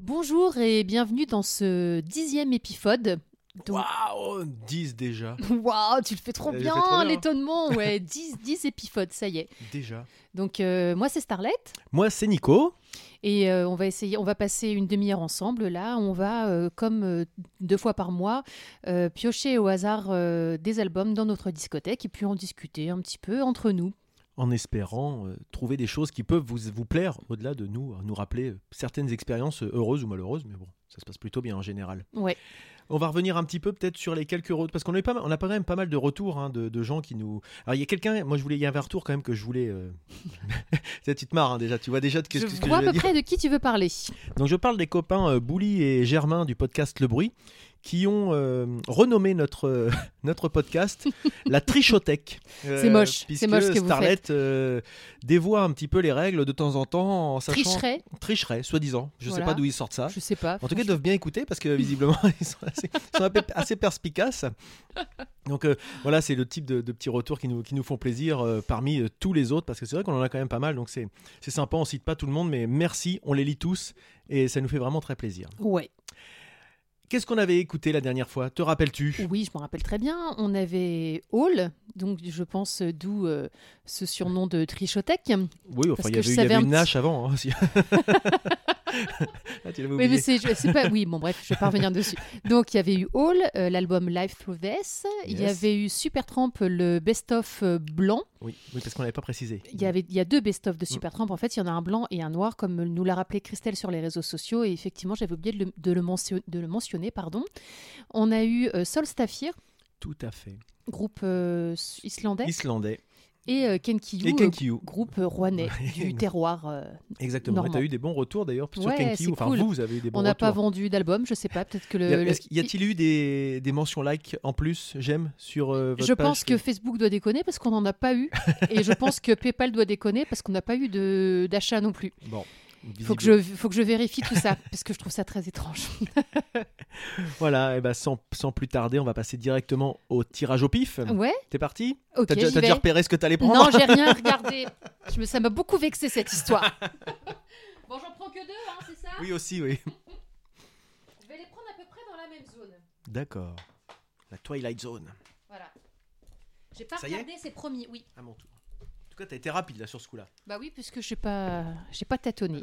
Bonjour et bienvenue dans ce dixième épisode. Donc- Waouh 10 déjà. Waouh, tu le fais trop Je le bien, fais trop bien. hein. l'étonnement, ouais, 10, 10 épisodes, ça y est. Déjà. Donc euh, moi c'est Starlette Moi, c'est Nico. et euh, on va essayer, on va passer une demi-heure ensemble. Là, on va, euh, comme euh, deux fois par mois, euh, piocher au hasard euh, des albums dans notre discothèque et puis en discuter un petit peu entre nous. En espérant euh, trouver des choses qui peuvent vous, vous plaire au-delà de nous, à nous rappeler euh, certaines expériences euh, heureuses ou malheureuses, mais bon, ça se passe plutôt bien en général. Ouais. On va revenir un petit peu peut-être sur les quelques retours, parce qu'on a, eu pas mal- on a quand même pas mal de retours hein, de, de gens qui nous. Alors il y a quelqu'un, moi je voulais, il y avait un retour quand même que je voulais. euh, Ça, tu te marres hein, déjà, tu vois déjà de je qu'est-ce que, ce que je vois à vais peu dire. près de qui tu veux parler. Donc je parle des copains euh, Bouli et Germain du podcast Le Bruit qui ont euh, renommé notre, euh, notre podcast la trichothèque. Euh, C'est moche, c'est puisque moche ce que vous Starlet euh, dévoie un petit peu les règles de temps en temps en sachant Tricherait, tricherait soi-disant. Je Voilà. sais pas d'où ils sortent ça. je sais pas. Hein En tout cas, ils doivent bien écouter parce que visiblement, ils sont assez, ils sont un peu- assez perspicaces. Donc euh, voilà, c'est le type de, de petits retours qui nous, qui nous font plaisir euh, parmi euh, tous les autres parce que c'est vrai qu'on en a quand même pas mal. Donc c'est c'est sympa, on cite pas tout le monde, mais merci, on les lit tous et ça nous fait vraiment très plaisir. Ouais. Qu'est-ce qu'on avait écouté la dernière fois Te rappelles-tu Oui, je me rappelle très bien. On avait Hall, donc je pense euh, d'où euh, ce surnom de trichothèque. Oui, Parce enfin, il y que je avait, il y savais avait un une petit- Nash avant. hein, aussi. Ah, tu l'avais Oui, mais oublié. c'est je- c'est pas. Oui, bon, bref, je vais pas revenir dessus. Donc, il y avait eu Hall, euh, l'album Live Through This. Il y Yes. avait eu Supertramp, euh, le best-of euh, blanc. Oui, oui, parce qu'on l'avait pas précisé. Il y, avait, il y a deux best-of de Supertramp. En fait, il y en a un blanc et un noir, comme nous l'a rappelé Christelle sur les réseaux sociaux. Et effectivement, j'avais oublié de le, de le mention- de le mentionner. Pardon. On a eu euh, Sol Stafir, Tout à fait. groupe euh, islandais, Islandais. et euh, Kenkyu, Et euh, Kenkyu. groupe rouennais du terroir. euh, Exactement. Normand. Tu as eu des bons retours d'ailleurs sur Ouais, Kenkyu. c'est Enfin, cool. vous, vous avez eu des bons on n'a retours. pas vendu d'album, je sais pas, peut-être que le. Y a- le- est-ce qu'il- Y a-t-il eu des, des mentions like en plus, j'aime, sur euh, votre je page pense que Facebook doit déconner parce qu'on n'en a pas eu. et je pense que PayPal doit déconner parce qu'on n'a pas eu de- d'achat non plus. Bon, Il faut, que visible- je- faut que je vérifie tout ça parce que je trouve ça très étrange. Voilà, et ben sans, sans plus tarder, on va passer directement au tirage au pif. Ah Ouais, T'es parti ok. Ah T'as déjà, j'y t'as déjà vais. repéré ce que t'allais prendre Non, j'ai rien regardé. Je me, ça m'a beaucoup vexé cette histoire. bon, j'en prends que deux, hein, c'est ça Oui, aussi, oui. Je vais les prendre à peu près dans la même zone. D'accord. La Twilight Zone. Voilà. J'ai pas Ça y est regardé, c'est promis, oui. À mon tour. En tout cas, t'as été rapide là sur ce coup-là. Bah oui, puisque j'ai pas, j'ai pas tâtonné.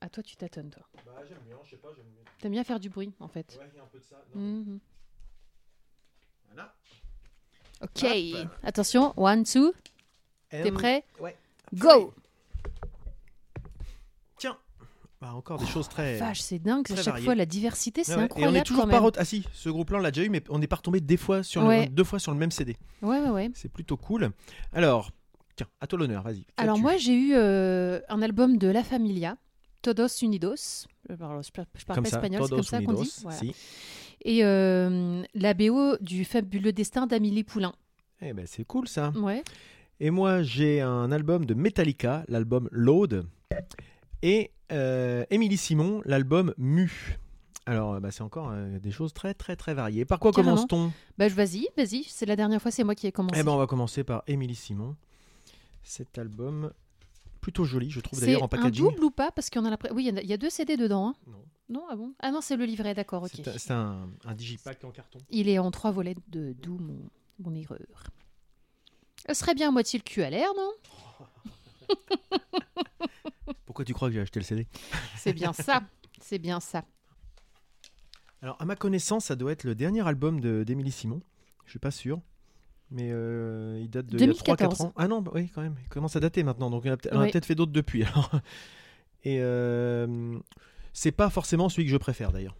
À Ah, toi, tu tâtonnes, toi. Bah, j'aime bien, je sais pas, j'aime bien. T'aimes bien faire du bruit, en fait. Ouais, il y a un peu de ça. Mhm. Voilà. Ok. Hop. Euh, Attention, one, two, t'es prêt ouais. Go Tiens Bah, encore des choses très. Vache, c'est dingue, à Très chaque varié. fois, la diversité, c'est Ouais, ouais. incroyable. Et on est toujours quand pas même. re- ah si, ce groupe-là on l'a déjà eu, mais on n'est pas retombé des fois sur le- Ouais. deux fois sur le même CD. Ouais, ouais, ouais. C'est plutôt cool. Alors, tiens, à toi l'honneur, vas-y. Qu'as-tu Alors moi j'ai eu euh, un album de La Familia, Todos Unidos. Euh, Alors, je, par- je parle comme pas ça, espagnol, c'est Todos comme ça qu'on Unidos, dit. Voilà. si. Et euh, la BO du fabuleux destin d'Amélie Poulain. Eh ben c'est cool ça. Ouais. Et moi j'ai un album de Metallica, l'album Load, et euh, Émilie Simon, l'album Mu. Alors bah, c'est encore euh, des choses très très très variées. Par quoi Carrément. commence-t-on Bah je- vas-y, vas-y. C'est la dernière fois, c'est moi qui ai commencé. Eh ben on va commencer par Émilie Simon. Cet album plutôt joli, je trouve c'est d'ailleurs en un packaging. double ou pas Parce qu'on a la... Oui, il y en a- il y, a deux CD dedans. hein. Non. Non, ah bon Ah non, c'est le livret, d'accord, ok. C'est un- C'est un, un digipack en carton. Il est en trois volets, de d'où mon, mon erreur. Ce serait bien à moitié le cul à l'air, non Pourquoi tu crois que j'ai acheté le CD C'est bien ça, c'est bien ça. Alors, à ma connaissance, ça doit être le dernier album de- d'Émilie Simon. Je suis pas sûr. Mais euh, il date de 2014. 3-4 ans. Ah non, bah oui, quand même. Il commence à dater maintenant. Donc, elle a peut- elle en a Oui. peut-être fait d'autres depuis. alors. Et euh, c'est pas forcément celui que je préfère d'ailleurs.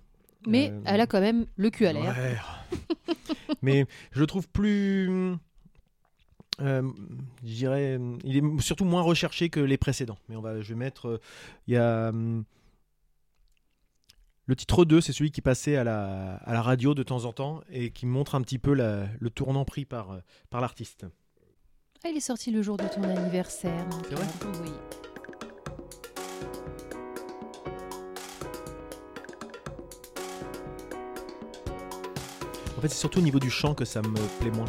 Mais Euh, elle a quand même le cul à l'air. Ouais. Mais je le trouve plus. euh, je dirais. euh, Il est surtout moins recherché que les précédents. Mais on va, je vais mettre. euh, Il y a. hum, le titre 2, c'est celui qui passait à la, à la radio de temps en temps et qui montre un petit peu la- le tournant pris par, euh, par l'artiste. Ah, il est sorti le jour de ton anniversaire. C'est vrai Oui. En fait, c'est surtout au niveau du chant que ça me plaît moins.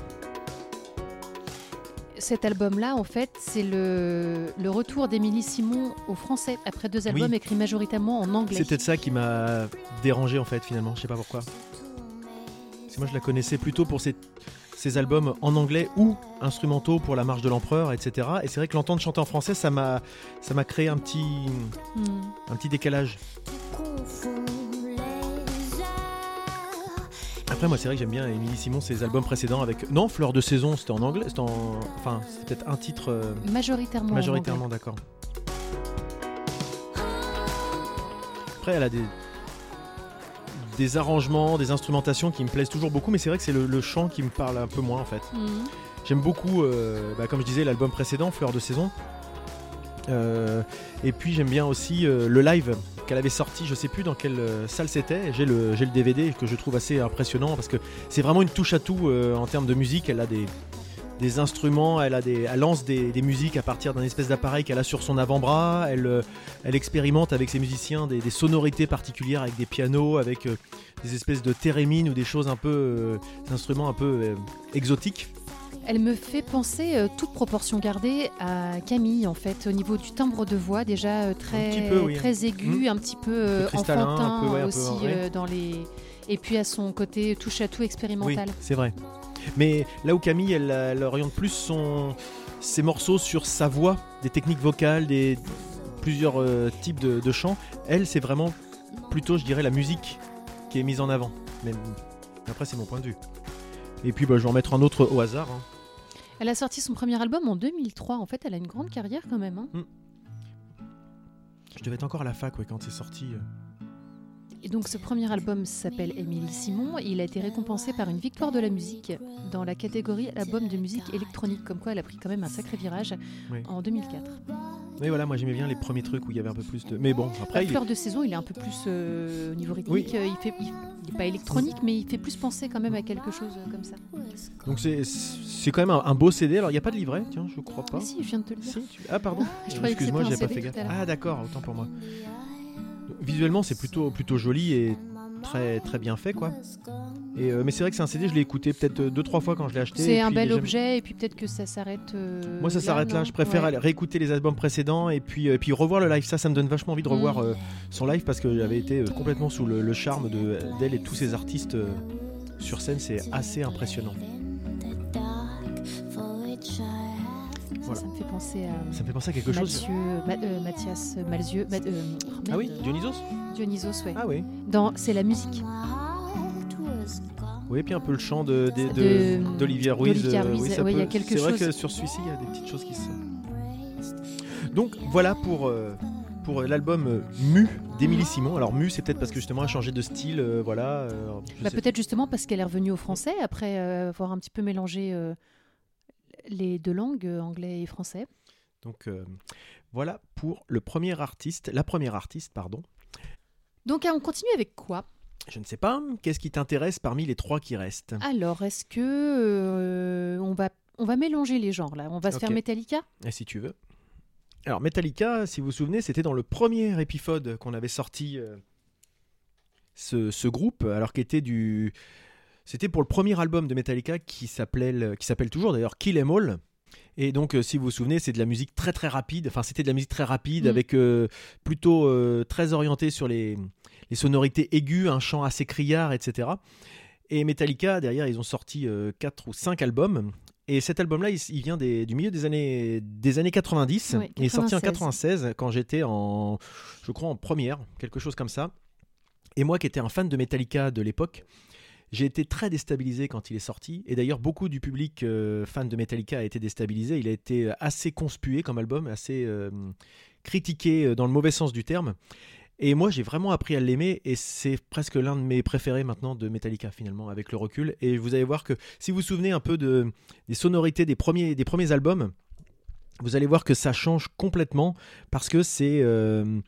cet album-là, en fait, c'est le, le retour d'Émilie Simon au français, après deux albums Oui. écrits majoritairement en anglais. C'est peut-être ça qui m'a dérangé en fait finalement, je sais pas pourquoi. Parce que moi je la connaissais plutôt pour ses, ses albums en anglais ou instrumentaux pour la marche de l'empereur, etc. Et c'est vrai que l'entendre chanter en français, ça m'a ça m'a créé un petit Hmm. un petit décalage. Après moi c'est vrai que j'aime bien Émilie Simon ses albums précédents avec non Fleur de saison c'était en anglais, c'était en enfin c'est peut-être un titre euh, Majoritairement. en anglais. majoritairement d'accord. Après elle a des des arrangements, des instrumentations qui me plaisent toujours beaucoup, mais c'est vrai que c'est le- le chant qui me parle un peu moins en fait. Hmm. J'aime beaucoup, euh, bah, comme je disais, l'album précédent, Fleur de saison. Euh, et puis j'aime bien aussi euh, le live qu'elle avait sorti, je sais plus dans quelle euh, salle c'était. J'ai le, j'ai le DVD que je trouve assez impressionnant parce que c'est vraiment une touche à tout euh, en termes de musique. Elle a des, des instruments, elle, a des, elle lance des, des musiques à partir d'un espèce d'appareil qu'elle a sur son avant-bras. Elle, euh, elle expérimente avec ses musiciens des, des sonorités particulières avec des pianos, avec euh, des espèces de thérémines ou des choses un peu. euh, des instruments un peu euh, exotiques. Elle me fait penser, euh, toute proportion gardée, à Camille, en fait, au niveau du timbre de voix, déjà euh, très, petit peu, oui. très aigu, un petit peu euh, cristallin, un enfantin peu, ouais, un peu, aussi ouais. euh, dans les. Et puis à son côté touche à tout expérimental. Oui, c'est vrai. Mais là où Camille, elle, elle oriente plus son, ses morceaux sur sa voix, des techniques vocales, des plusieurs euh, types de, de chants, elle, c'est vraiment plutôt, je dirais, la musique qui est mise en avant. Mais bon, après, c'est mon point de vue. Et puis, bah, je vais en mettre un autre au hasard. hein. Elle a sorti son premier album en 2003. En fait, elle a une grande carrière quand même. hein. Je devais être encore à la fac ouais, quand c'est sorti. euh. Et donc, ce premier album s'appelle Émilie Simon. Et il a été récompensé par une victoire de la musique dans la catégorie album de musique électronique. Comme quoi, elle a pris quand même un sacré virage Oui. en 2004. Mais voilà, moi j'aimais bien les premiers trucs où il y avait un peu plus de. Mais bon, après, La il est- fleur de saison, il est un peu plus euh, au niveau rythmique. euh, il fait, il, il est pas électronique, mais il fait plus penser quand même à quelque chose euh, comme ça. donc c'est- c'est quand même un, un beau CD. Alors, il n'y a pas de livret, tiens, je crois pas. Mais si, je viens de te le dire. Si, tu- Ah pardon. Je Euh, croyais que Excuse-moi, c'était un j'ai pas CD fait tout gaffe. à l'heure. Ah d'accord, autant pour moi. Visuellement, c'est plutôt plutôt joli et très très bien fait quoi. Et euh, mais c'est vrai que c'est un CD, je l'ai écouté peut-être euh, deux trois fois quand je l'ai acheté. et C'est un puis bel j'ai- objet, et puis peut-être que ça s'arrête. euh, Moi ça s'arrête là, non je préfère Ouais. aller réécouter les albums précédents et puis euh, et puis revoir le live. Ça ça me donne vachement envie de revoir Mm. euh, son live parce que j'avais été euh, complètement sous le, le charme de d'elle et tous ses artistes euh, sur scène, c'est assez impressionnant. Ça, voilà. Ça me fait penser à Ça me fait penser à quelque chose. Mathieu- Ma- euh, Mathias Malzieu. Ma- euh, oh, merde, Ah oui, Dionysos Dionysos, ouais. Ah oui. Dans C'est la musique. Oui, puis un peu le chant de- de- de- De- d'Olivia Ruiz. d'Olivia euh, Ruiz, ça ouais, il y a peut- quelque C'est vrai chose. que sur celui-ci, il y a des petites choses qui se. Donc voilà pour, euh, pour l'album euh, Mu d'Émilie Simon. Alors Mu, c'est peut-être parce que justement elle a changé de style. euh, voilà. euh, je Bah, sais- peut-être justement parce qu'elle est revenue au français après euh, avoir un petit peu mélangé euh, les deux langues, euh, anglais et français. Donc euh, voilà pour le premier artiste, la première artiste, pardon. Donc euh, on continue avec quoi Je ne sais pas, qu'est-ce qui t'intéresse parmi les trois qui restent Alors, est-ce que euh, on va on va mélanger les genres là On va se faire Ok. Metallica Et si tu veux. Alors Metallica, si vous vous souvenez, c'était dans le premier épisode qu'on avait sorti euh, ce, ce groupe, alors qu'il était du... C'était pour le premier album de Metallica qui s'appelait, le- qui s'appelle toujours d'ailleurs Kill Em All. Et donc, euh, si vous vous souvenez, c'est de la musique très très rapide. Enfin, c'était de la musique très rapide Mhm. avec euh, plutôt euh, très orientée sur les, les sonorités aiguës, un chant assez criard, etc. Et Metallica, derrière, ils ont sorti 4 ou 5 albums. Et cet album-là, il, il vient des- du milieu des années, des années 90. Ouais, Il est sorti en 96. 96 quand j'étais en, je crois, en première, quelque chose comme ça. Et moi, qui étais un fan de Metallica de l'époque, j'ai été très déstabilisé quand il est sorti. Et d'ailleurs, beaucoup du public euh, fan de Metallica a été déstabilisé. Il a été euh, assez conspué comme album, assez euh, critiqué euh, dans le mauvais sens du terme. Et moi, j'ai vraiment appris à l'aimer. Et c'est presque l'un de mes préférés maintenant de Metallica, finalement, avec le recul. Et vous allez voir que si vous vous souvenez un peu de, des sonorités des premiers, des premiers albums, vous allez voir que ça change complètement parce que c'est euh,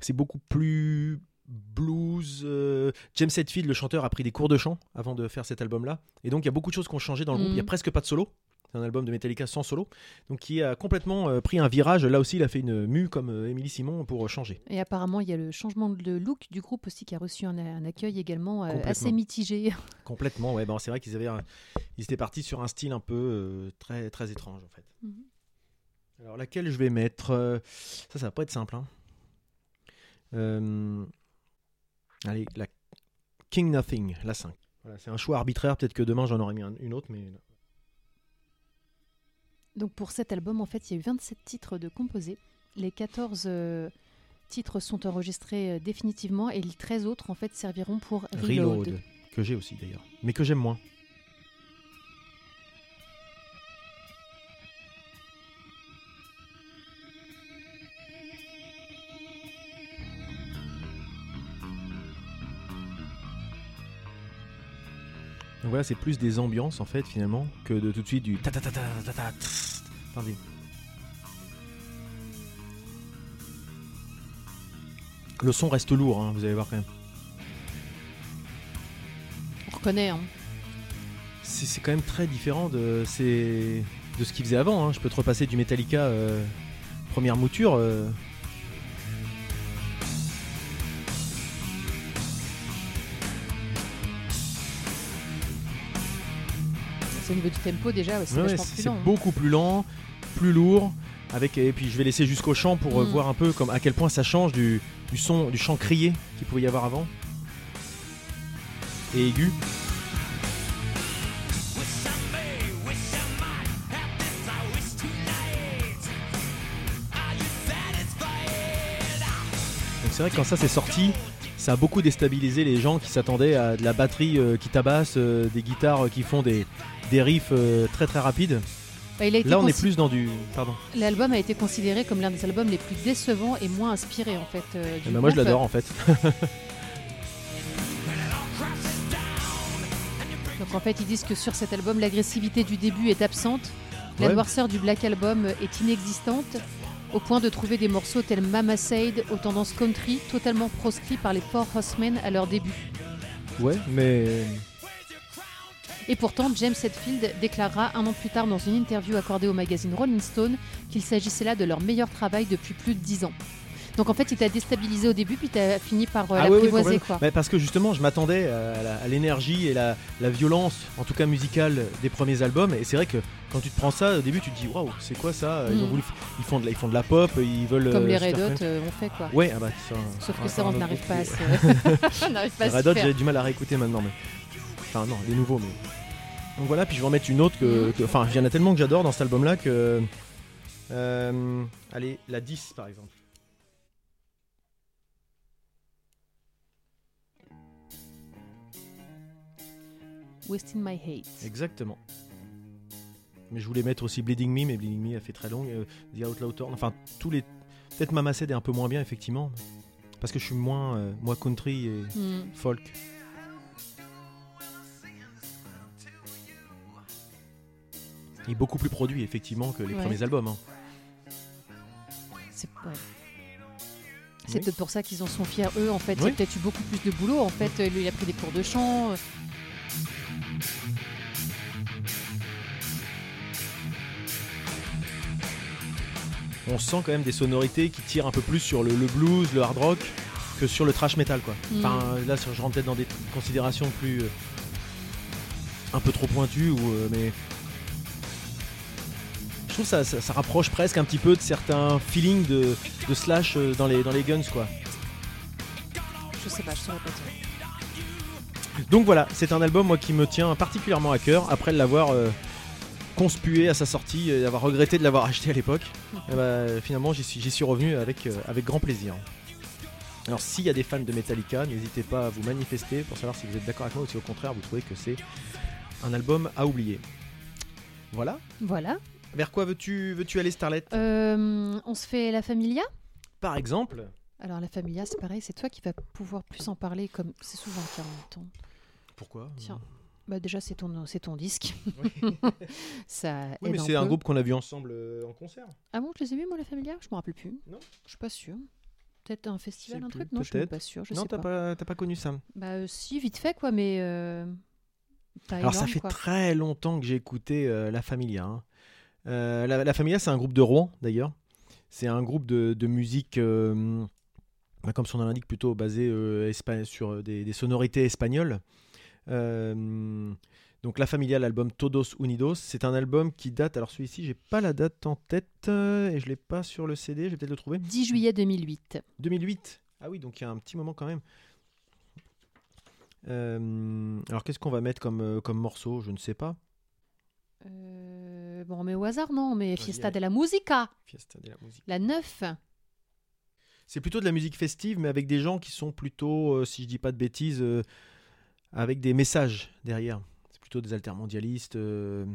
c'est beaucoup plus blues. euh, James Hetfield, le chanteur, a pris des cours de chant avant de faire cet album-là. Et donc, il y a beaucoup de choses qui ont changé dans le groupe. Mhm. Il n'y a presque pas de solo. C'est un album de Metallica sans solo, donc qui a complètement euh, pris un virage. Là aussi, il a fait une mue comme euh, Émilie Simon pour euh, changer. Et apparemment, il y a le changement de look du groupe aussi qui a reçu un, un accueil également euh, Complètement. assez mitigé. Complètement, ouais. Bon, c'est vrai qu'ils avaient, un- ils étaient partis sur un style un peu euh, très très étrange en fait. Mhm. Alors laquelle je vais mettre euh, Ça, ça va pas être simple. hein. Euh, Allez, la King Nothing, la 5. Voilà, c'est un choix arbitraire. Peut-être que demain j'en aurais mis un- une autre, mais Donc pour cet album, en fait, il y a eu 27 titres de composés. Les 14 euh, titres sont enregistrés euh, définitivement et les 13 autres, en fait, serviront pour Reload. Reload, que j'ai aussi d'ailleurs, mais que j'aime moins. Donc voilà, c'est plus des ambiances en fait finalement que de tout de suite du ta ta ta ta ta ta. tss. Attendez. Le son reste lourd, hein, vous allez voir quand même. On reconnaît, hein. C'est c'est quand même très différent de, c'est- de ce qu'ils faisaient avant. hein. Je peux te repasser du Metallica euh, première mouture. euh. c'est au niveau du tempo déjà, ouais, c'est Ouais, vachement c'est plus c'est lent. hein. beaucoup plus lent, plus lourd. Avec, et puis je vais laisser jusqu'au chant pour euh, Mm. voir un peu comme, à quel point ça change du, du son, du chant crié qu'il pouvait y avoir avant. Et aigu. Donc c'est vrai que quand ça c'est sorti, ça a beaucoup déstabilisé les gens qui s'attendaient à de la batterie euh, qui tabasse, euh, des guitares euh, qui font des, des riffs euh, très très rapides. Bah, il a été Là on est consi- plus dans du... Pardon. L'album a été considéré comme l'un des albums les plus décevants et moins inspirés, en fait. euh, du Eh ben, moi je groupe. l'adore en fait. Donc en fait, ils disent que sur cet album, l'agressivité du début est absente, la Ouais. noirceur du Black Album est inexistante, au point de trouver des morceaux tels Mama Said aux tendances country totalement proscrits par les Four Horsemen à leur début. Ouais, mais... Et pourtant, James Hetfield déclara un an plus tard dans une interview accordée au magazine Rolling Stone qu'il s'agissait là de leur meilleur travail depuis plus de 10 ans. Donc en fait, il t'a déstabilisé au début, puis t'as fini par euh, Ah oui, oui, l'apprivoiser, complètement. quoi. Mais parce que justement, je m'attendais à la- à l'énergie et la, la violence, en tout cas musicale, des premiers albums. Et c'est vrai que quand tu te prends ça, au début, tu te dis waouh, c'est quoi ça Ils, ont Mm. voulu f- ils font de la, ils font de la pop, ils veulent. Comme les euh, se Red faire Hot euh, ont fait, quoi. connaître. Ouais, ah bah, c'est un- Sauf un- que ça, un on autre n'arrive groupe pas à qui- se... on n'arrive pas à Les se Red Hot, faire. j'ai du mal à réécouter maintenant. Mais... Enfin, non, les nouveaux, mais. Donc voilà, puis je vais en mettre une autre Mm. que. que- Enfin, il y en a tellement que j'adore dans cet album-là que. euh, Allez, la 10 par exemple. Wasting My Hate. Exactement. Mais je voulais mettre aussi Bleeding Me, mais Bleeding Me a fait très long. euh, The Outlaw Torn, enfin tous les. Peut-être Mama Said est un peu moins bien, effectivement. Parce que je suis moins, euh, moins country et Hmm. folk. Il est beaucoup plus produit, effectivement, que les Ouais. premiers albums. hein. C'est ouais. C'est Ah Oui. peut-être pour ça qu'ils en sont fiers eux en fait. Il y Oui. a peut-être eu beaucoup plus de boulot en fait. Euh, Lui il a pris des cours de chant. euh. On sent quand même des sonorités qui tirent un peu plus sur le, le blues, le hard rock, que sur le trash metal, quoi. Mm. Enfin, là, je rentre peut-être dans des considérations plus. euh, un peu trop pointues, ou, euh, mais. Je trouve ça, ça, ça rapproche presque un petit peu de certains feelings de, de slash euh, dans les, dans les guns, quoi. Je sais pas, je saurais pas dire. Donc voilà, c'est un album, moi, qui me tient particulièrement à cœur, après l'avoir. euh, conspué à sa sortie et d'avoir regretté de l'avoir acheté à l'époque, eh ben, finalement j'y suis, j'y suis revenu avec, euh, avec grand plaisir. Alors s'il y a des fans de Metallica, n'hésitez pas à vous manifester pour savoir si vous êtes d'accord avec moi ou si au contraire vous trouvez que c'est un album à oublier. Voilà. Voilà. Vers quoi veux-tu veux-tu aller Starlet Euh, on se fait la familia. Par exemple Alors la familia c'est pareil, c'est toi qui vas pouvoir plus en parler comme c'est souvent le cas en même temps. Hmm. Pourquoi Tiens. Bah déjà c'est ton c'est ton disque. ça Oui, mais aide c'est un peu. groupe qu'on a vu ensemble euh, en concert. Ah bon, je les ai vus moi la familia, je me rappelle plus. Non. Je suis pas sûre. Peut-être un festival, sais un plus, truc Non, je suis même peut-être. pas Bah, sûre. Je non, sais t'as pas. pas, t'as pas connu ça. Bah euh, si, vite fait quoi, mais euh, pas Alors ça énorme, fait quoi. très longtemps que j'ai écouté euh, La Familia. hein. Euh, la, La Familia, c'est un groupe de Rouen d'ailleurs. C'est un groupe de, de musique, euh, bah, comme son nom l'indique, plutôt basé euh, espa- sur euh, des, des sonorités espagnoles. Euh, donc La Familia, l'album Todos Unidos, c'est un album qui date. Alors celui-ci, j'ai pas la date en tête euh, et je l'ai pas sur le CD. Je vais peut-être le trouver. 10 juillet 2008. 2008. Ah oui, donc il y a un petit moment quand même. Euh, alors qu'est-ce qu'on va mettre comme, euh, comme morceau Je ne sais pas. Euh, bon, mais au hasard, non, mais Vas-y, Fiesta allez. de la Musica, Fiesta de la musique. la 9. C'est plutôt de la musique festive, mais avec des gens qui sont plutôt, euh, si je dis pas de bêtises, euh, avec des messages derrière. C'est plutôt des altermondialistes. euh.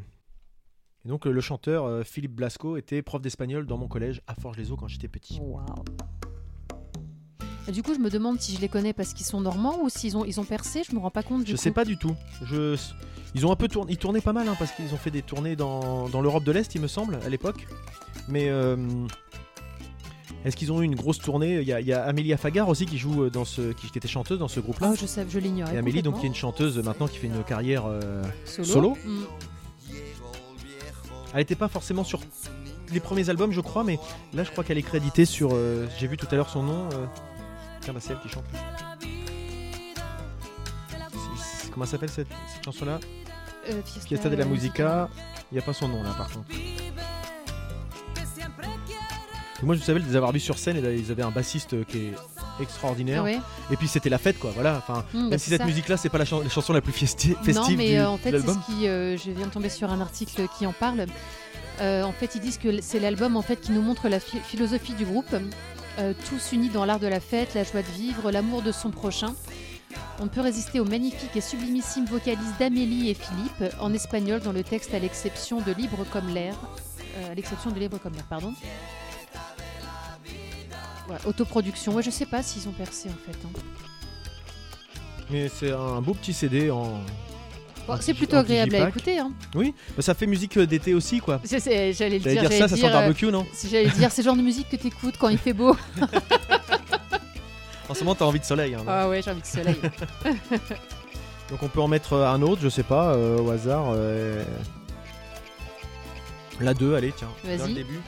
Et donc euh, le chanteur euh, Philippe Blasco était prof d'espagnol dans mon collège à Forges-les-Eaux quand j'étais petit. Waouh. Du coup, je me demande si je les connais parce qu'ils sont normands ou s'ils ont, ils ont percé, je me rends pas compte. Du Je coup. sais pas du tout. Je... Ils ont un peu tourné, ils tournaient pas mal hein, parce qu'ils ont fait des tournées dans, dans l'Europe de l'Est, il me semble, à l'époque. Mais euh, est-ce qu'ils ont eu une grosse tournée Il y, a- il y a Amélie Fagar aussi qui joue euh, dans ce, qui, qui était chanteuse dans ce groupe-là. Ah, je sais, je l'ignorais. Et Amélie, donc, complètement. qui est une chanteuse euh, maintenant qui fait une carrière. euh, solo. solo. Mm. Elle n'était pas forcément sur les premiers albums, je crois, mais là, je crois qu'elle est créditée sur. euh, J'ai vu tout à l'heure son nom. euh, Tiens, bah, c'est elle qui chante. C'est- c'est- Comment s'appelle cette, cette chanson-là Euh, Fiesta, Fiesta de la Musica. Il n'y a pas son nom là, par contre. Moi, je savais les avoir vus sur scène et ils avaient un bassiste euh, qui est Ah extraordinaire. ouais. Et puis, c'était la fête, quoi. Voilà. Enfin, Mm, bah, même c'est si cette ça. musique-là, c'est pas la, chan- la chanson la plus fiesti- festive Non, mais du- euh, en fait, de c'est l'album. ce qui. euh, je viens de tomber sur un article qui en parle. Euh, en fait, ils disent que c'est l'album en fait qui nous montre la phi- philosophie du groupe, Euh, tous unis dans l'art de la fête, la joie de vivre, l'amour de son prochain. On ne peut résister aux magnifiques et sublimissimes vocalises d'Amélie et Philippe en espagnol dans le texte à l'exception de Libre comme l'air, euh, à l'exception de Libre comme l'air, pardon. Ouais, autoproduction. Ouais, je sais pas s'ils ont percé en fait. hein. Mais c'est un beau petit CD en. Bon, Un c'est digi- plutôt un agréable à digipack. écouter. Hein. Oui, bah, ça fait musique euh, d'été aussi, quoi. Je sais, J'allais le dire. J'allais dire ça, j'allais ça sent dire, le euh, barbecue, non Si J'allais dire, c'est le genre de musique que t'écoutes quand il fait beau. En ce moment, t'as envie de soleil. hein, non Ah ouais, j'ai envie de soleil. Donc, on peut en mettre euh, un autre, je sais pas, euh, au hasard. euh, La 2, allez, tiens. Vas-y. Dans le début.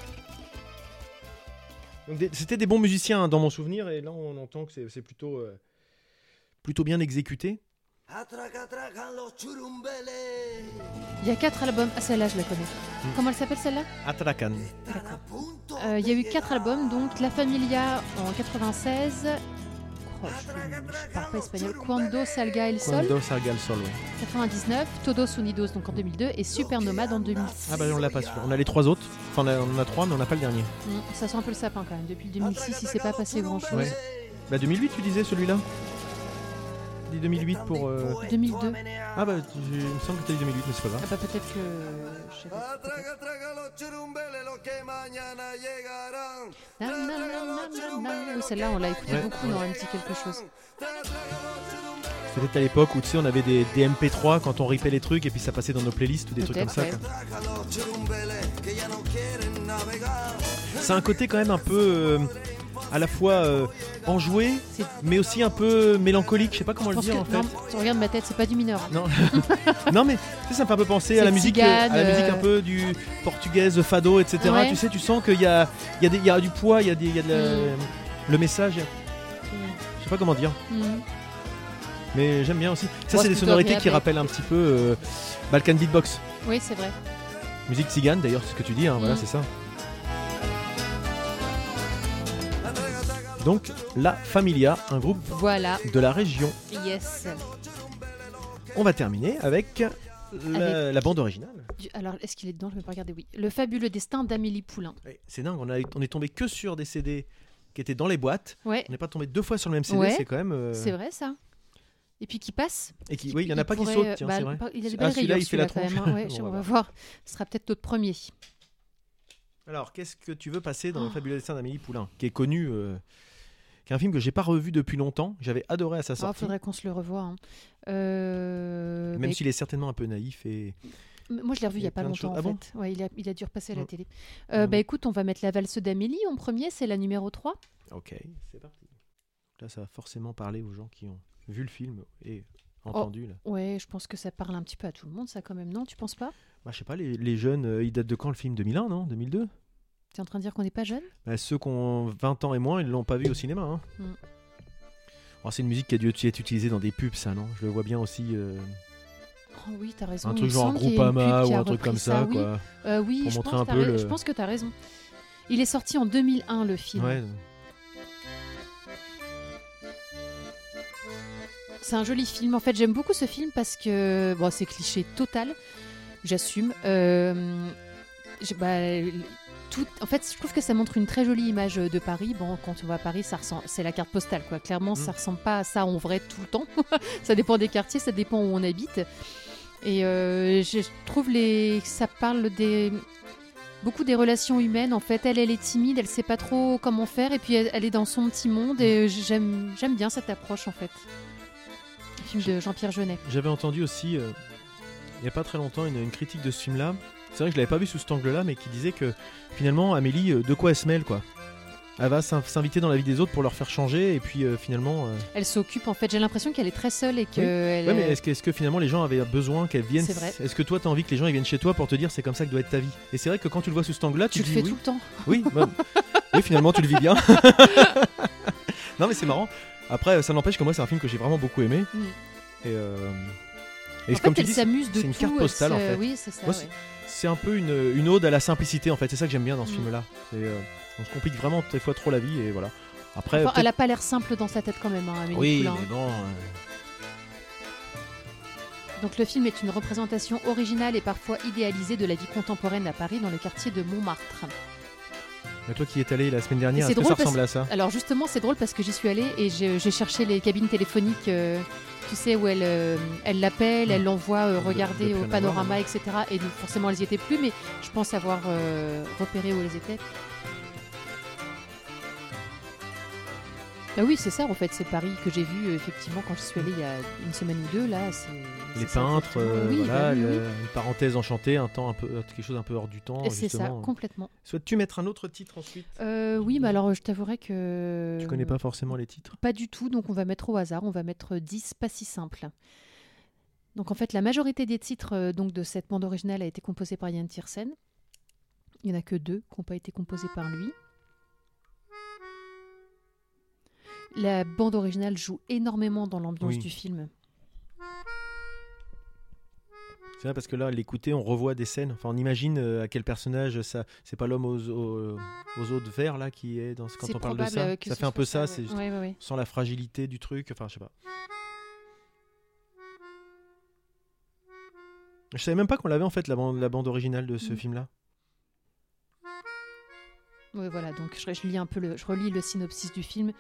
Donc, des- C'était des bons musiciens hein, dans mon souvenir, et là, on entend que c'est- c'est plutôt, euh, plutôt bien exécuté. Atraca, atracan los churumbeles. Il y a quatre albums. Ah, celle-là, je la connais. Hmm. Comment elle s'appelle celle-là Atracan. Están a punto. Euh, Il y a eu quatre albums, donc La Familia en 96. Oh, je, je parle pas espagnol. Cuando Salga El Sol, Cuando salga el sol, ouais. 99. Todos Unidos, donc en 2002. Et Super Nomade en 2006. Ah bah on l'a pas celui-là. On a les trois autres. Enfin on, a- on en a trois mais on n'a pas le dernier. Mm, Ça sent un peu le sapin quand même. Depuis le 2006, il s'est pas passé grand-chose. Ouais. Bah 2008 tu disais celui-là Dis 2008 pour... euh, 2002. Ah bah tu- il me semble que t'as dit 2008 mais c'est pas Ah grave. bah peut-être que... je sais pas. Atraca, traga los churumbeles, los que mañana llegarán. Na, na, na, na, na, na. Oui, celle-là, on l'a écouté Ouais. beaucoup dans un petit quelque chose. C'était peut-être à l'époque où tu sais on avait des, des MP3 quand on ripait les trucs et puis ça passait dans nos playlists ou des trucs comme Peut-être, ça. ouais. quoi. Atraca los churumbeles, que ya no quieren navegar. C'est un côté quand même un peu euh, à la fois euh, enjoué C'est- mais aussi un peu mélancolique. Je sais pas comment Je le pense que... dire en fait. Non, tu regardes ma tête, c'est pas du mineur. Non, non mais tu sais, ça me fait un peu penser C'est à la musique, euh, à la tzigane, musique un euh, peu du portugaise, fado, etc. Ouais. Tu sais, tu sens qu'il y a, il y, a des- il y a du poids, il y a, des, il y a de la- Mm. le message. Je sais pas comment dire, Mm. mais j'aime bien aussi. Ça, Ouais, c'est c'est des plutôt sonorités qui agréable. rappellent un petit peu euh, Balkan beatbox, Oui, c'est vrai. musique tzigane d'ailleurs, c'est ce que tu dis. hein, Voilà, Mm. c'est ça. Donc, La Familia, un groupe Voilà, de la région. yes. On va terminer avec la, la bande originale. Du- Alors, est-ce qu'il est dedans Je ne vais pas regarder, oui. Le fabuleux destin d'Amélie Poulain. Ouais, C'est dingue, on, a- on est tombé que sur des CD qui étaient dans les boîtes. Ouais, On n'est pas tombé deux fois sur le même CD, Ouais, c'est quand même. euh, c'est vrai ça. Et puis qui passe Et qui, oui, il y en a pas qui pourrait, sautent, tiens, bah, c'est vrai. par- Il a des Ah, belles celui-là, rayures, il fait la celui-là, quand même. hein. tronche. bah. Ouais, On je- va on va voir. Ce sera peut-être notre premier. Ah, Alors, qu'est-ce que tu veux passer dans le Oh. fabuleux dessin d'Amélie Poulain, qui est connu, euh, qui est un film que j'ai pas revu depuis longtemps, j'avais adoré à sa Il sortie, Oh, faudrait qu'on se le revoie. hein. Euh, même mais- s'il est certainement un peu naïf et mais Moi, je l'ai revu il il y n'y a a pas plein de longtemps, choses. en Ah bon fait. Ouais, il, a, il a dû repasser à la Mm. télé. Euh, Mm. Bah écoute, on va mettre la valse d'Amélie en premier. C'est la numéro 3. ok, c'est parti. Là, ça va forcément parler aux gens qui ont vu le film et Oh. entendu. Là. Ouais, je pense que ça parle un petit peu à tout le monde, ça quand même, non Tu penses pas Bah, je sais pas, les, les jeunes, euh, ils datent de quand le film 2001, non 2002 T'es en train de dire qu'on n'est pas jeune Bah, Ceux qui ont 20 ans et moins, ils l'ont pas vu au cinéma. hein. Mm. Oh, c'est une musique qui a dû être être utilisée dans des pubs, ça, non Je le vois bien aussi. euh, Oh oui, t'as raison. un il truc me genre un semble qu'il y a une Groupama pub qui ou a un truc repris comme ça, oui. quoi. Euh, oui, Pour je, montrer pense un t'as peu ra- le- je pense que t'as raison. Il est sorti en 2001, le film. Ouais. C'est un joli film. En fait, j'aime beaucoup ce film parce que bon, c'est cliché total. J'assume. Euh, j'ai- bah, tout, en fait, je trouve que ça montre une très jolie image de Paris. Bon, quand on va à Paris, ça ressemble, c'est la carte postale, quoi. Clairement, ça ressemble pas à ça en vrai tout le temps. ça dépend des quartiers, ça dépend où on habite. Et euh, je trouve les, ça parle des beaucoup des relations humaines. En fait, elle, elle est timide, elle sait pas trop comment faire, et puis elle, elle est dans son petit monde. Et j'aime, j'aime bien cette approche, en fait. Le film de Jean-Pierre Jeunet. J'avais entendu aussi, euh, il n'y a pas très longtemps, une, une critique de ce film-là. C'est vrai que je l'avais pas vu sous cet angle-là, mais qui disait que finalement, Amélie, euh, de quoi elle se mêle, quoi Elle va s'in- s'inviter dans la vie des autres pour leur faire changer, et puis euh, finalement. euh, Elle s'occupe, en fait. J'ai l'impression qu'elle est très seule et que. Oui. elle- Ouais, mais est-ce que, est-ce que finalement les gens avaient besoin qu'elle vienne C'est vrai. Est-ce que toi t'as envie que les gens ils viennent chez toi pour te dire c'est comme ça que doit être ta vie Et c'est vrai que quand tu le vois sous cet angle-là, tu, tu le te dis fais oui, tout le temps. oui, bah, oui, finalement tu le vis bien. non mais c'est marrant. Après, ça n'empêche que moi c'est un film que j'ai vraiment beaucoup aimé. Mm. Et, euh, et en comme fait, tu elle dis, s'amuse de c'est une tout, carte elle postale, en se- fait. Oui, c'est ça. Moi, ouais. c'est un peu une, une ode à la simplicité en fait. C'est ça que j'aime bien dans ce Mm. film-là. C'est, euh, on se complique vraiment des fois trop la vie et voilà. Après, Enfin, euh, peut-être- elle a pas l'air simple dans sa tête quand même, hein, Amélie oui, Poulain. mais bon. euh, Donc le film est une représentation originale et parfois idéalisée de la vie contemporaine à Paris dans le quartier de Montmartre. mais toi qui es allé la semaine dernière, c'est est-ce que drôle ça parce- ressemble à ça Alors justement, c'est drôle parce que j'y suis allée et j'ai j'ai cherché les cabines téléphoniques, euh, tu sais, où elle euh, elle l'appelle, elle l'envoie euh, De- regarder depuis au un panorama, moment, etc. Et donc forcément, elles n'y étaient plus, mais je pense avoir euh, repéré où elles étaient. Ah oui, c'est ça en fait, c'est Paris que j'ai vu euh, effectivement quand je suis allée il y a une semaine ou deux là. c'est- les c'est ça, peintres, exactement. euh, Oui, bah voilà, oui, oui, le- une parenthèse enchantée, un temps un peu euh, quelque chose un peu hors du temps. Et C'est ça, justement. complètement. Souhaites-tu mettre un autre titre ensuite Euh, oui, mais alors je t'avouerai que. Tu connais pas forcément les titres. Pas du tout, donc on va mettre au hasard, on va mettre 10 pas si simple. Donc en fait, la majorité des titres euh, donc de cette bande originale a été composée par Yann Tiersen. Il n'y en a que deux qui n'ont pas été composés par lui. La bande originale joue énormément dans l'ambiance Oui. du film. C'est vrai parce que là, l'écouter, on revoit des scènes. Enfin, on imagine euh, à quel personnage ça. C'est pas l'homme aux, aux, aux eaux de verre là qui est dans. ce- Quand C'est on parle de probable, euh, ça, que ça ce fait un peu soit ça. C'est ouais. juste- Ouais, ouais, ouais. sans la fragilité du truc. Enfin, je sais pas. Je savais même pas qu'on l'avait en fait la bande, la bande originale de ce Mm. film-là. Oui, voilà, donc je, je lis un peu le, je relis le synopsis du film.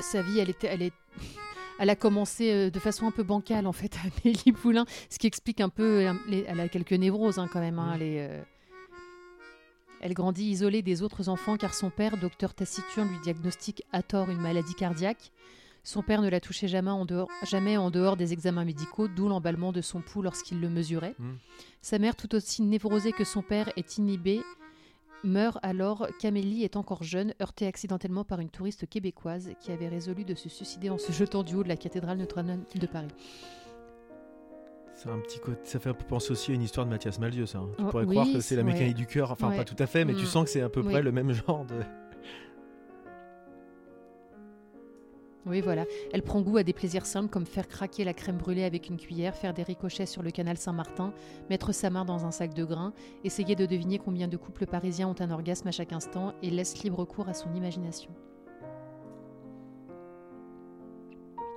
Sa vie, elle était, elle est, elle a commencé euh, de façon un peu bancale en fait, Amélie Poulain, ce qui explique un peu, euh, les- elle a quelques névroses hein, quand même. hein, Mhm. elle est, euh, elle grandit isolée des autres enfants car son père, docteur taciturne, lui diagnostique à tort une maladie cardiaque. Son père ne la touchait jamais en dehors, jamais en dehors des examens médicaux, d'où l'emballement de son pouls lorsqu'il le mesurait. Mhm. Sa mère, tout aussi névrosée que son père, est inhibée meurt alors qu'Amélie est encore jeune, heurtée accidentellement par une touriste québécoise qui avait résolu de se suicider en se jetant du haut de la cathédrale Notre-Dame de Paris. C'est un petit côté- Ça fait un peu penser aussi à une histoire de Mathias Malzieu, ça. hein. Tu Oh, pourrais oui, croire que c'est la ouais. mécanique du cœur. Enfin, Ouais. pas tout à fait, mais Mm. tu sens que c'est à peu Oui. près le même genre de. Oui, voilà. Elle prend goût à des plaisirs simples comme faire craquer la crème brûlée avec une cuillère, faire des ricochets sur le canal Saint-Martin, mettre sa main dans un sac de grains, essayer de deviner combien de couples parisiens ont un orgasme à chaque instant et laisse libre cours à son imagination.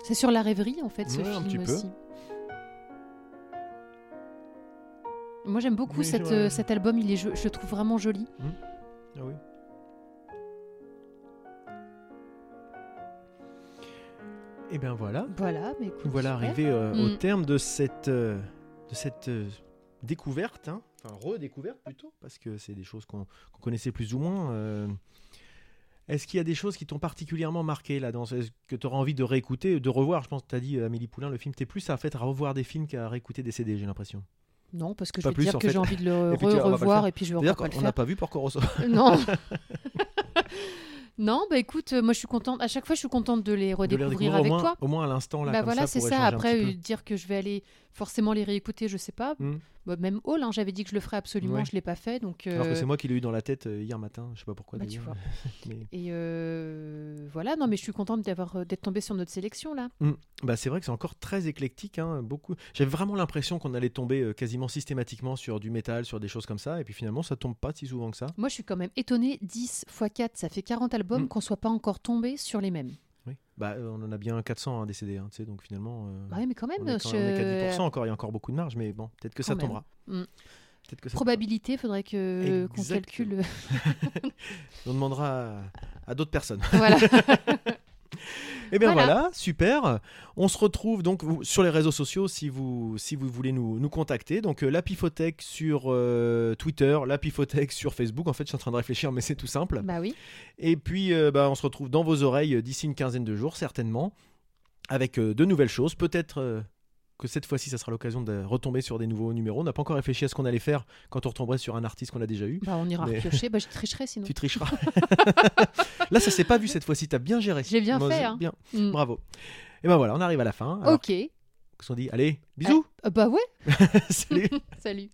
C'est sur la rêverie, en fait, ce Ouais, un film petit peu. aussi. Moi, j'aime beaucoup Oui, cette, ouais. euh, cet album. Il est, jo- je le trouve vraiment joli. Ah oui. Et bien Eh ben voilà, Voilà, mais écoute, nous voilà super. arrivés euh, au Mm. terme de cette, euh, de cette euh, découverte, hein. enfin redécouverte plutôt, parce que c'est des choses qu'on qu'on connaissait plus ou moins. euh. Est-ce qu'il y a des choses qui t'ont particulièrement marqué là dans ce- Est-ce que tu auras envie de réécouter, de revoir Je pense que tu as dit, euh, Amélie Poulain, le film, t'es plus à, fait, à revoir des films qu'à réécouter des CD, j'ai l'impression. Non, parce que je Pas vais te plus, dire en que fait. j'ai envie de le Et puis tu vas- on va pas le revoir faire. et puis je vais D'ailleurs, encore pas le on faire. n'a pas vu Porco Rosso. Non. Non, bah écoute, euh, moi je suis contente. À chaque fois, je suis contente de les de les redécouvrir redécouvrir au avec moins, toi. au moins à l'instant là. bah comme voilà, ça, c'est pour ça. échanger un Après, petit peu. euh, dire que je vais aller forcément les réécouter, je sais pas. Mm. Bah, même Hall, hein, j'avais dit que je le ferais absolument, Ouais. je l'ai pas fait. Donc, Alors que euh, c'est moi qui l'ai eu dans la tête euh, hier matin, je sais pas pourquoi. bah, tu vois. d'ailleurs, mais- Et euh, voilà, non, mais je suis contente d'avoir euh, d'être tombée sur notre sélection là. Bah, c'est vrai que c'est encore très éclectique. hein, beaucoup. J'avais vraiment l'impression qu'on allait tomber euh, quasiment systématiquement sur du métal, sur des choses comme ça. Et puis finalement, ça tombe pas si souvent que ça. Moi, je suis quand même étonnée. 10 x 4, ça fait 40 albums Mm. qu'on soit pas encore tombé sur les mêmes. Oui. Bah, euh, on en a bien 400 hein, des CD, hein, tu sais, donc finalement. euh, Ouais, mais quand Bah même, on est quand- on je- est qu'à 10% encore, il y a encore beaucoup de marge, mais bon, peut-être que Quand ça même. tombera. Mm. Peut-être que ça tombera. probabilité, faudrait que qu'on calcule. Exactement. On demandera à, à d'autres personnes. voilà. Eh bien Voilà. voilà. super. On se retrouve donc vous- sur les réseaux sociaux si vous, si vous voulez nous, nous contacter. Donc euh, la Pifothèque sur euh, Twitter, la Pifothèque sur Facebook. En fait, je suis en train de réfléchir, mais c'est tout simple. bah oui. Et puis, euh, bah, on se retrouve dans vos oreilles euh, d'ici une quinzaine de jours, certainement, avec euh, de nouvelles choses. Peut-être euh, que cette fois-ci, ça sera l'occasion de retomber sur des nouveaux numéros. On n'a pas encore réfléchi à ce qu'on allait faire quand on retomberait sur un artiste qu'on a déjà eu. Bah, on ira Mais- piocher. Bah, je tricherai sinon. Tu tricheras. Là, ça s'est pas vu cette fois-ci. T'as bien géré. J'ai bien Moi, fait, hein. Bien. Mm. Bravo. Et ben voilà, on arrive à la fin. Alors, ok. Qu'est-ce qu'on dit Allez, bisous. Ah, bah ouais. Salut. Salut.